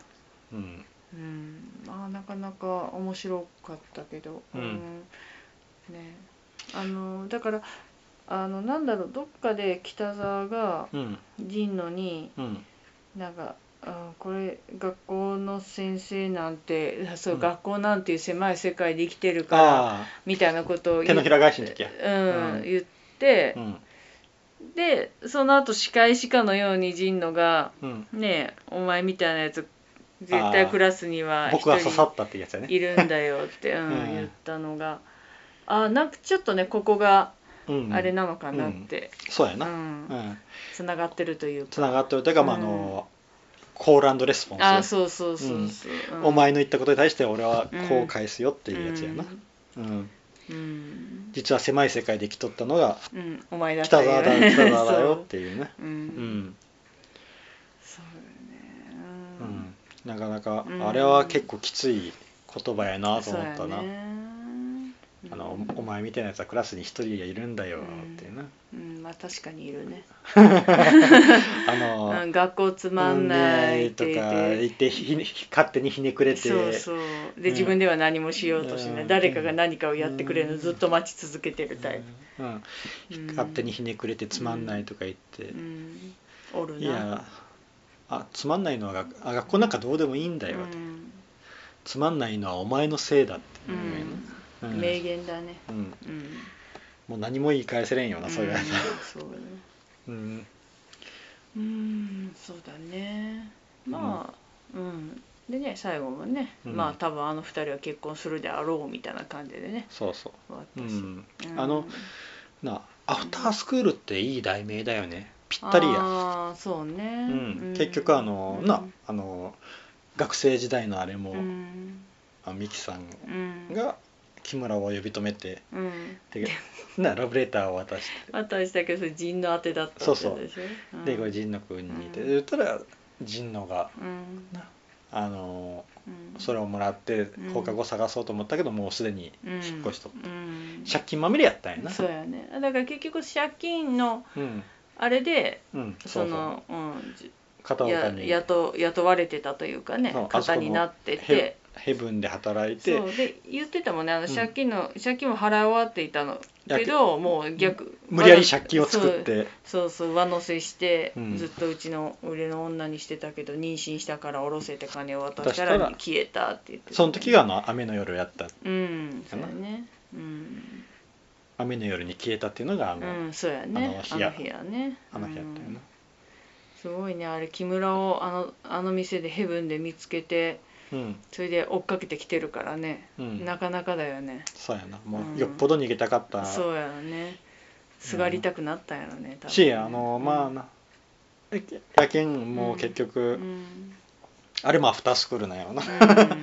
S1: うん
S2: うんまあなかなか面白かったけど、
S1: うん
S2: ねあのだからあのなんだろうどっかで北沢が
S1: うん
S2: 神野に
S1: うん
S2: なんか、あこれ学校の先生なんてそう、
S1: うん
S2: 学校なんていう狭い世界で生きてるから
S1: あ
S2: みたいなことを
S1: あ
S2: 言
S1: 手
S2: う
S1: のひら返しの時や
S2: うん
S1: うん
S2: 言って
S1: う、ん
S2: でその後仕返しかのように神野が
S1: うん
S2: 「ねえお前みたいなやつ絶対クラスには
S1: 僕は
S2: 一人
S1: 刺さったってやつやね
S2: いるんだよ」って、うん
S1: [LAUGHS] うん
S2: 言ったのがあなんかちょっとねここが
S1: うん
S2: あれなのかなって
S1: そうや
S2: つな、
S1: な
S2: う
S1: うんん
S2: 繋がってるという
S1: つながっとるというか、まあ、あ
S2: うん
S1: のコールレスポンス
S2: あ
S1: や
S2: あそうそうそうそう、うん
S1: お前の言ったことに対して俺はこう返すよっていうやつやな、うん
S2: うん、
S1: 実は狭い世界で生きとったのが
S2: うんうんお前だった
S1: 北沢
S2: よ [LAUGHS]
S1: だよ北沢だよっていうね
S2: そう
S1: う
S2: う
S1: んん、
S2: そう
S1: う
S2: よ
S1: ん、
S2: ね
S1: なかなか
S2: うん
S1: あれは結構きつい言葉やなと思った
S2: そう
S1: な、
S2: やね
S1: あのお前みたいなやつはクラスに一人いるんだよっていうな、
S2: うんまあ確かにいるね、
S1: あ
S2: う
S1: の
S2: ん、学校つまんないっ
S1: と
S2: て
S1: か
S2: 言って
S1: 言ってひね勝手にひねくれて
S2: そうそうで、
S1: うん
S2: 自分では何もしようとしない、
S1: うん
S2: 誰かが何かをやってくれるの
S1: うん
S2: ずっと待ち続けてるタイ
S1: うん
S2: プ、うん
S1: 勝手にひねくれてつまんないとか言って
S2: う、んおるない
S1: やあつまんないのは学あ学校なんかどうでもいいんだよ、
S2: うん
S1: つまんないのはお前のせいだっていうね、
S2: うん
S1: うん
S2: 名言だね
S1: うん
S2: うん
S1: もう何も言い返せれんよな、そういう
S2: [LAUGHS]
S1: やつ
S2: うんそうだね
S1: うん
S2: うんそうだねまあうん、でね最後もね、
S1: うん
S2: まあ多分あの二人は結婚するであろうみたいな感じでね
S1: そうそう
S2: 終わっ
S1: う
S2: たし、
S1: ん、
S2: うん
S1: あのなアフタースクールっていい題名だよねぴったりや、
S2: ああそう
S1: う
S2: ね、
S1: ん、結局あの、
S2: うん
S1: なあの学生時代のあれも、
S2: うん
S1: あミキさん
S2: うん
S1: が木村を呼び止めて
S2: うん [LAUGHS]
S1: でなラブレターを渡して
S2: 渡したけどそれ陣の当てだったってことでしょん
S1: でこれ神野くんにいて、
S2: うん
S1: 言ったら神野が
S2: うん
S1: なあの
S2: うん
S1: それをもらって
S2: ん
S1: 放課後探そうと思ったけど、もうすでに
S2: うん
S1: 引っ越しとっ
S2: うん
S1: 借金まみれやったんやな
S2: そうやねだから結局借金の
S1: うん
S2: あれで
S1: うん
S2: そ
S1: そうそ
S2: のうんじ
S1: う片岡
S2: や
S1: に
S2: 雇雇われてたというかね
S1: そうあそ
S2: 方
S1: この
S2: になっ
S1: ヘ
S2: てて
S1: ヘブンで働いて
S2: そうで言ってたもんねあの
S1: うん
S2: 借金の、借金も払い終わっていたの
S1: や
S2: けどもう逆
S1: 無理やり借金を作って
S2: そうそう上乗せして、
S1: うん
S2: ずっとうちの俺の女にしてたけど妊娠したから下ろせって金を渡したら
S1: 渡したら
S2: 消えたって言ってたね、
S1: その時があの雨の夜やった
S2: うんそうや
S1: か
S2: ねうん、
S1: 雨の夜に消えたっていうのがあの、
S2: うん、そうやね
S1: あの日や
S2: あの日やね
S1: あの日やったよ
S2: う
S1: な、
S2: んすごいねあれ木村をあのあの店でヘブンで見つけて
S1: うん
S2: それで追っかけてきてるからね、
S1: うん
S2: なかなかだよね
S1: そうやなも
S2: うん
S1: うよっぽど逃げたかった
S2: そうやろねすがりたくなったんやろね多分
S1: し
S2: ね
S1: あのまあなえやけんもう結局、
S2: うん、
S1: [LAUGHS]
S2: うん
S1: あれもアフタースクールなんやろな
S2: うん、そうやね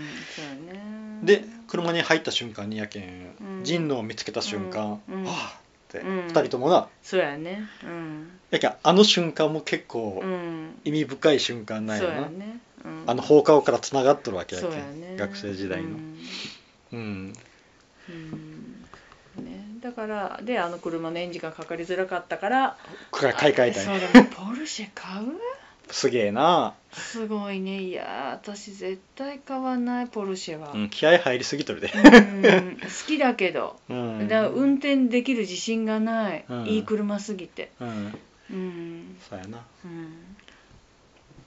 S1: で車に入った瞬間にやけん、
S2: うん
S1: 神野を見つけた瞬間、
S2: うんうん
S1: はあって、
S2: うん
S1: 二人ともな
S2: そうやねうん
S1: やけんあの瞬間も結構
S2: うん
S1: 意味深い瞬間なん
S2: そ
S1: や
S2: う
S1: な、
S2: やね、うん、
S1: あの放課後からつながっとるわけやけ
S2: そ
S1: ん
S2: うやね
S1: 学生時代
S2: う
S1: の
S2: ん
S1: うん
S2: うんね、だからであの車のエンジンがかかりづらかったから
S1: か買い替えたん
S2: そう
S1: や
S2: だねポルシェ買う
S1: すげえな、
S2: すごいねいやー私絶対買わないポルシェは、
S1: うん、気合入りすぎとるで
S2: うん好きだけど、
S1: うん
S2: だから運転できる自信がない、
S1: うん
S2: いい車すぎて
S1: うん
S2: うん
S1: そうやな
S2: うん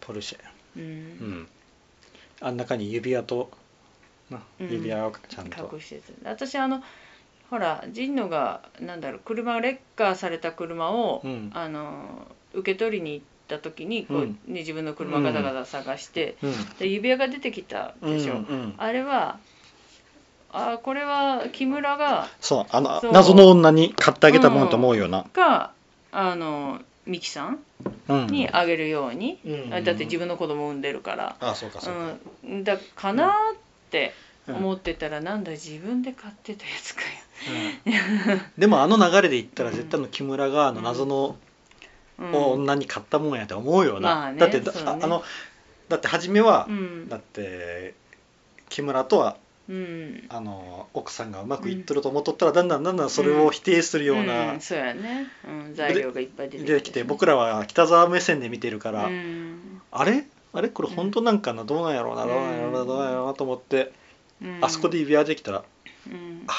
S1: ポルシェ
S2: うん、
S1: うんあん中に指輪とな
S2: うん
S1: 指輪をちゃんと、
S2: 隠してて私あのほら神野がなんだろう車レッカーされた車を、
S1: うん
S2: あの受け取りに行った時にこう、
S1: うん
S2: ね、自分の車ガタガタ探して、
S1: うん
S2: で指輪が出てきたでしょ、
S1: うんうん
S2: あれはあこれは木村が
S1: そうあの
S2: そう
S1: 謎の女に買ってあげたものと思うよな、
S2: があの美樹さん
S1: うん
S2: にあげるように、
S1: うん
S2: あだって自分の子供産んでるから、
S1: あそうかそうか、
S2: うん、だかなーって
S1: うん
S2: 思ってたら、なんだ自分で買ってたやつかよ、
S1: うんでもあの流れで言ったら絶対あの木村があの
S2: うん
S1: 謎の
S2: うん、
S1: 女に買ったもんやって思うよな、
S2: まあね
S1: だってだ
S2: そうね
S1: ああのだって初めは
S2: う、ん
S1: だって木村とは
S2: うん
S1: あの奥さんがうまくいっとると思っとったら、だんだんだんだんそれを否定するような、
S2: んそうやね、うん、材料がいっぱい出て
S1: 出
S2: き
S1: てきて僕らは北沢目線で見てるから、
S2: うん
S1: あれあれこれ本当なんかなどうなんやろうなどうなんやろうな
S2: うん
S1: どうなんやろうなと思って、
S2: うん
S1: あそこで指輪できたら
S2: うん
S1: あ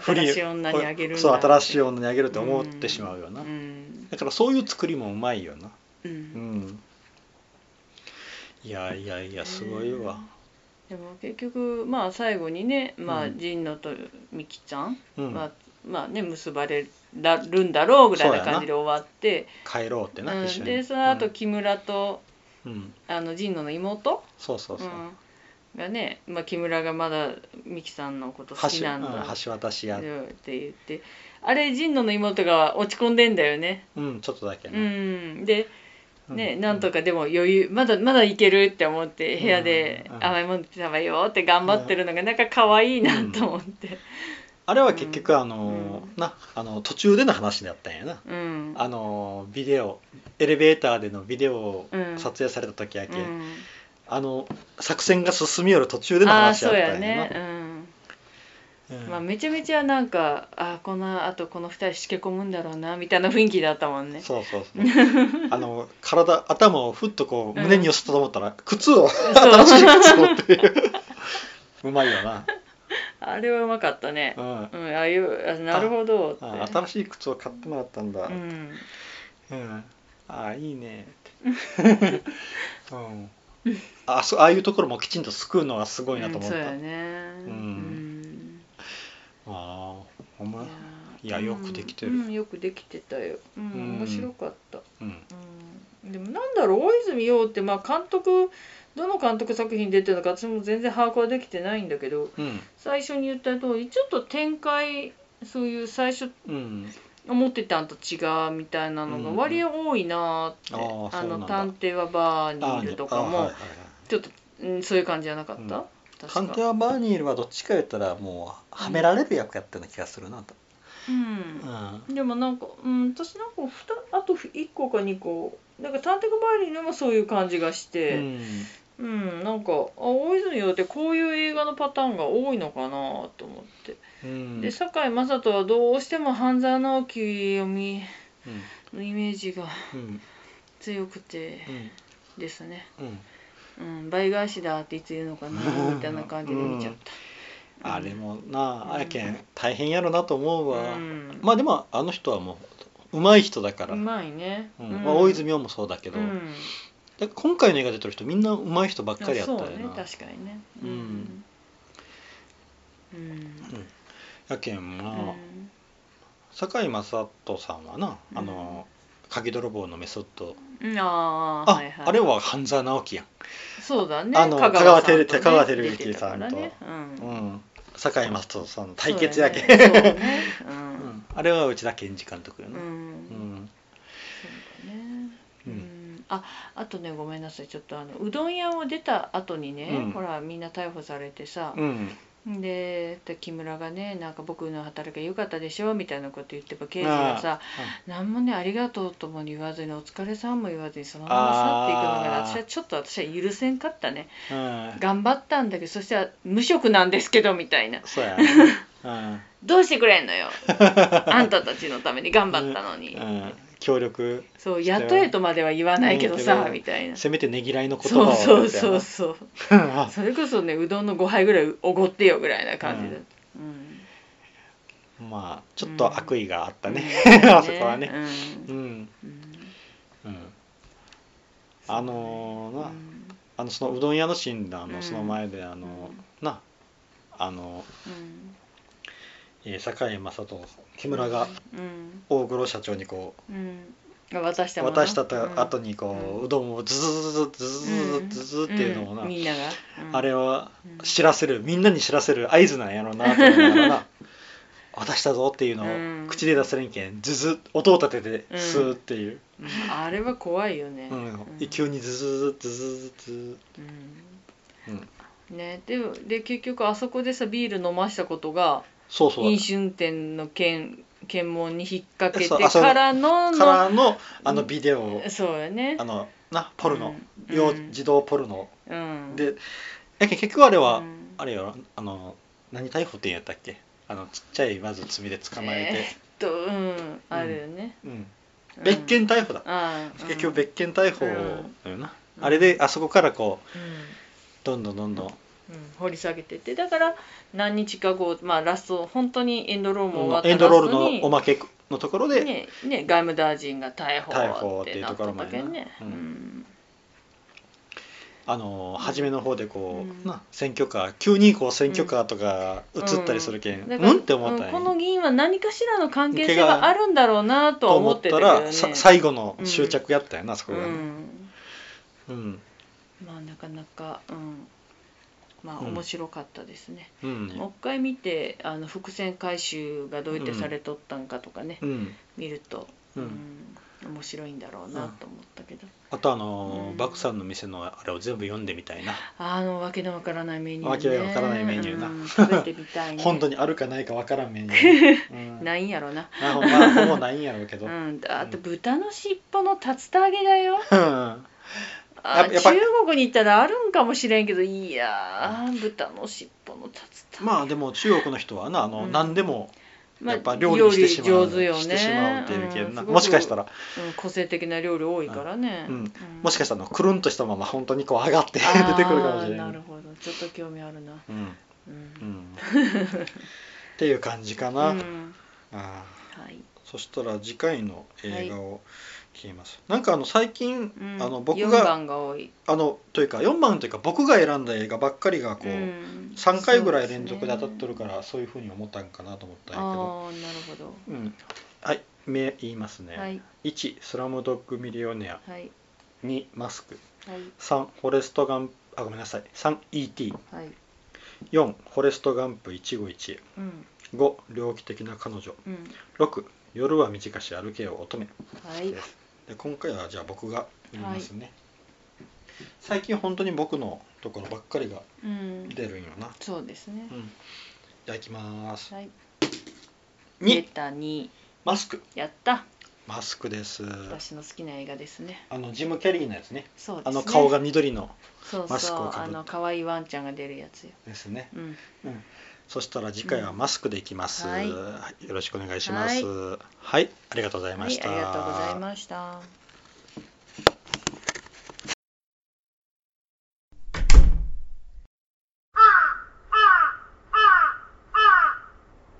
S1: フリー
S2: 新しい女にあげるんだ
S1: そう新
S2: い
S1: しい女にあげるって思ってしまうよな、
S2: うん
S1: だからそういう作りもうまいよな
S2: うん
S1: うんいやいやいやすごいわ、
S2: でも結局まあ最後にね、まあ、
S1: うん
S2: 神野と美樹ちゃん
S1: うん
S2: は、まあね、結ばれるんだろうぐらいな感じで終わって
S1: 帰ろうって
S2: う、
S1: な、一緒
S2: ん、
S1: に
S2: でその後木村と、
S1: うん、うん
S2: あの神野の妹
S1: そうそうそう、
S2: うん、がね、まあ、木村がまだ美樹さんのこと好き
S1: 橋
S2: なん
S1: う
S2: だ
S1: ん、橋渡しや、
S2: って言ってあれ神野の妹が落ち込んでんだよね
S1: うん、ちょっとだけ
S2: う
S1: ね、
S2: んで
S1: うん、
S2: ね、なんとかでも余裕まだまだいけるって思って部屋で
S1: うんうん
S2: 甘いもの食べようって頑張ってるのがなんか可愛いな
S1: うん
S2: と思って
S1: あれは結局あの、
S2: うん
S1: なあの途中での話だったんやな
S2: うん
S1: あのビデオエレベーターでのビデオを
S2: うん
S1: 撮影された時やけ、
S2: うん
S1: あの作戦が進みよる途中での
S2: ああ
S1: 話だ
S2: そ
S1: っ
S2: う
S1: たん
S2: や
S1: やな
S2: ね
S1: う
S2: うんんまあめちゃめちゃなんかあーこのあとこの二人しけ込むんだろうなみたいな雰囲気だったもんね
S1: そうそうそうあの体頭をふっとこう胸に寄せたと思ったら、靴
S2: [LAUGHS]
S1: を新しい靴をっていう [LAUGHS] うまいよな、
S2: あれはうまかったね
S1: うん
S2: うんああいうあなるほどって
S1: あ新しい靴を買ってもらったんだ、
S2: うん
S1: うんああいい [LAUGHS] ねってうんあそうああいうところもきちんと救うのはすごいなと思った、
S2: うんそうやね
S1: うん
S2: うん
S1: ああほんまい
S2: い
S1: や
S2: や
S1: よくできてる
S2: うんうんよくできてたよ、うん
S1: うん
S2: 面白かった、
S1: うん
S2: うん、でもなんだろう大泉洋ってまあ監督どの監督作品出てるのか私も全然把握はできてないんだけど
S1: うん
S2: 最初に言った通りちょっと展開そういう最初
S1: うん
S2: 思ってたんと違うみたいなのが
S1: うん
S2: 割合多いなーって、
S1: あー
S2: あ
S1: そうなんだ
S2: の探偵はバーにいるとか
S1: あはい
S2: も
S1: はいはい
S2: ちょっと、うん、そういう感じじゃなかった、
S1: うん
S2: 確
S1: 探
S2: か
S1: 偵はバーニールはどっちか言ったらもうはめられる役やったような気がするなと、
S2: うん
S1: うん
S2: でもなんか、うん、私なんかふたあと1個か2個なんか「探偵がバイリン」でもそういう感じがしてうん、なんかあ大泉洋ってこういう映画のパターンが多いのかなと思って、
S1: うん
S2: で堺雅人はどうしても半沢直樹を見
S1: うん
S2: のイメージが
S1: うん
S2: 強くて
S1: うん
S2: ですね、
S1: うん
S2: うん、倍返しだっていつ言うのかなみたいな感じで見ちゃった、
S1: あれもな
S2: うん
S1: ああやけん大変やろなと思う
S2: う
S1: わ、
S2: ん
S1: まあでもあの人はもう上手い人だから、
S2: う
S1: うん
S2: まいね、
S1: まあ、大泉洋もそうだけ
S2: う
S1: ど、
S2: ん、
S1: だから今回の映画出てる人みんな上手い人ばっかりやったよな
S2: そうね確かにね
S1: うん
S2: うん
S1: うんやけんまあ、
S2: うん
S1: 堺雅人さんはな、
S2: うん
S1: あの鍵泥棒のメソッド
S2: うんあー
S1: あ,、
S2: はいはい、
S1: あれは半沢直樹やん
S2: そうだね
S1: あの
S2: さんとね
S1: 香川照之さんと
S2: 出てたからねう
S1: うんん堺雅人さんの対決やけん、
S2: そうだよねそうね
S1: うんあれは内田健二監督よ
S2: うん、う
S1: ね
S2: ん
S1: うん、
S2: そうだね
S1: う
S2: うんん、ああとねごめんなさいちょっとあのうどん屋を出た後にね、
S1: うん
S2: ほらみんな逮捕されてさ、
S1: うん
S2: でで木村がねなんか僕の働きが良かったでしょみたいなこと言ってば刑事がさ何もねありがとうとも言わずにお疲れさんも言わずにそのまま去っていくのが
S1: あー
S2: 私はちょっと私は許せんかったね
S1: うんうん
S2: 頑張ったんだけどそしたら無職なんですけどみたいな
S1: そうやね、
S2: [LAUGHS]
S1: うん
S2: どうしてくれんの
S1: [LAUGHS]
S2: よあんたたちのために頑張ったのに、
S1: うん、協力
S2: そう
S1: しては
S2: 雇えとまでは言わないけど
S1: うんけ
S2: さ
S1: ど
S2: みたいな。
S1: せめてねぎらいの言葉
S2: そ
S1: を
S2: うそうそ
S1: そ
S2: うそう
S1: うあ
S2: [LAUGHS] それこそねうどんの5杯ぐらいおごってよぐらいな感じだ、うん
S1: まあちょっと悪意があったね、
S2: う
S1: [LAUGHS]
S2: ん
S1: あそこはね
S2: う
S1: うんん、うん
S2: うん
S1: あのーな、
S2: うん
S1: あのそのうどん屋の診断
S2: う
S1: の
S2: ん
S1: その前であの、
S2: うん
S1: なあの、
S2: うん
S1: えー、栄正人木村が
S2: うん
S1: 大黒社長にこ
S2: うんが渡し
S1: う
S2: たもの
S1: 渡したと後にこう、
S2: う
S1: うんどんをズズズズズズズズズっていうのもな、
S2: んみんなが、うん
S1: あれは
S2: うん
S1: 知らせるみんなに知らせる合図なんやろうなと思いながらな渡したぞっていう
S2: うん
S1: のを口で出せれんけんズズ音を立て
S2: うん
S1: てスーっていう、
S2: うんあれは怖いよね、
S1: うん
S2: うん
S1: 急にズズズズズズ
S2: うん
S1: うん
S2: ね、でで結局あそこでさビール飲ましたことが
S1: そうそう
S2: 飲酒運転の検検問に引っ掛け
S1: そうあ
S2: て
S1: そう
S2: からのの
S1: からのあのビデオ、
S2: そうやね
S1: あのなポルノ、
S2: うん
S1: 幼
S2: うん
S1: 児童ポルノ、
S2: うん、
S1: でやけん結局あれは、
S2: うん
S1: あれよあの何逮捕ってやったっけあのちっちゃいまず罪で捕まえて、
S2: えーっとうんあるよね、
S1: うん、
S2: うん
S1: 別件逮捕だ、
S2: ああ
S1: 結局別件逮捕だよな、
S2: うん
S1: あれであそこからこう
S2: うん、
S1: どんどんどんどん
S2: うんうん掘り下げてってだから何日か後、まあ、ラスト本当にエンドロールも終わった
S1: エンドロールのお
S2: ま
S1: まけのところで、
S2: ねね外務大臣が逮捕
S1: 逮捕
S2: っ
S1: ってていうと
S2: なっ
S1: こ
S2: た
S1: ろ
S2: だ
S1: ま
S2: け
S1: でな
S2: ね、
S1: う
S2: うんん
S1: あの初めの方でこう、
S2: うん
S1: な選挙カー急にこう選挙カーとか映ったりするけん、うん
S2: だから
S1: って思ったん
S2: うん
S1: や
S2: この議員は何かしらの関係性があるんだろうなとは
S1: と
S2: 思
S1: 思
S2: っ
S1: ってた
S2: たけど、ね、
S1: ら、さ最後の終着やったよな、そこ
S2: う
S1: がね、
S2: ん、
S1: うん
S2: まあなかなか、うん、まあ
S1: うん
S2: 面白かったですね、
S1: うん
S2: もう一回見てあの伏線回収がどうやってされとったんかとかね、
S1: うん
S2: 見ると、
S1: うん
S2: うん面白いんだろうなと思ったけど、
S1: あとあの、
S2: うん
S1: バクさんの店のあれを全部読んでみたいな、
S2: あのわけのわからないメニュー、ね、
S1: わけのわからないメニューな
S2: うん食べてみたいね
S1: [LAUGHS] 本当にあるかないかわからんメニュ [LAUGHS] ー、うん、
S2: ないんやろな
S1: あほんまあほぼないんやろうけ
S2: う
S1: ど、うん
S2: ん、あと豚の尻尾の竜田揚げだよあ
S1: やっぱやっぱ
S2: 中国に行ったらあるんかもしれんけどいやー豚の尻尾の竜田
S1: まあでも中国の人はなあの、
S2: うん
S1: 何でも
S2: まあ
S1: やっぱ料理してしまう、
S2: 料理上手よね
S1: してしまうっていうけんな、
S2: うん
S1: もしかしたら、
S2: すごくうん個性的な料理多いからね、
S1: うんもしかしたらあのくるんとしたまま本当にこう上がって出
S2: あー
S1: てくるかもしれない
S2: るほどちょっと興味あるな
S1: うん
S2: うん
S1: うんっていう感じかな、
S2: うん
S1: あー
S2: はい
S1: そしたら次回の映画を聞きます、なんかあの最近、
S2: うん
S1: あの僕
S2: 四
S1: が
S2: 番が多い
S1: あのというか4番というか僕が選んだ映画ばっかりがこう、
S2: ん
S1: 3回ぐらい連続で当たっとる
S2: そう
S1: からそういうふうに思ったんかなと思った
S2: で
S1: ん
S2: すね
S1: やけど、
S2: ああ
S1: う
S2: なるほど
S1: ん、はい目言いますね、
S2: はい
S1: 1スラムドッグミリオネア
S2: はい
S1: 2マスク
S2: はい
S1: 3フォレストガンプあごめんなさい 3ET4
S2: はい
S1: フォレストガンプ151
S2: うん
S1: 5猟奇的な彼女
S2: うん
S1: 6夜は短し歩けよ乙女
S2: はい
S1: ですで今回はじゃあ僕が言いますね、最近本当に僕のところばっかりが
S2: うん
S1: 出るんよな、
S2: そうですね
S1: うん、じゃあいきます
S2: はい出
S1: 2
S2: たに
S1: マスク
S2: やった
S1: マスクです
S2: 私の好きな映画ですね
S1: あのジム・キャリーのやつね
S2: そうです
S1: あ
S2: ね
S1: の顔が緑の
S2: そう
S1: マスク
S2: そ
S1: を
S2: う
S1: かぶ
S2: あ
S1: って
S2: の可愛いワンちゃんが出るやつよ
S1: ですね、
S2: うん
S1: うん、そしたら次回はマスクでいきます、
S2: うんはい
S1: はいよろしくお願いしますはい、ありがとうござい
S2: は
S1: まし
S2: い
S1: た、
S2: ありがとうございました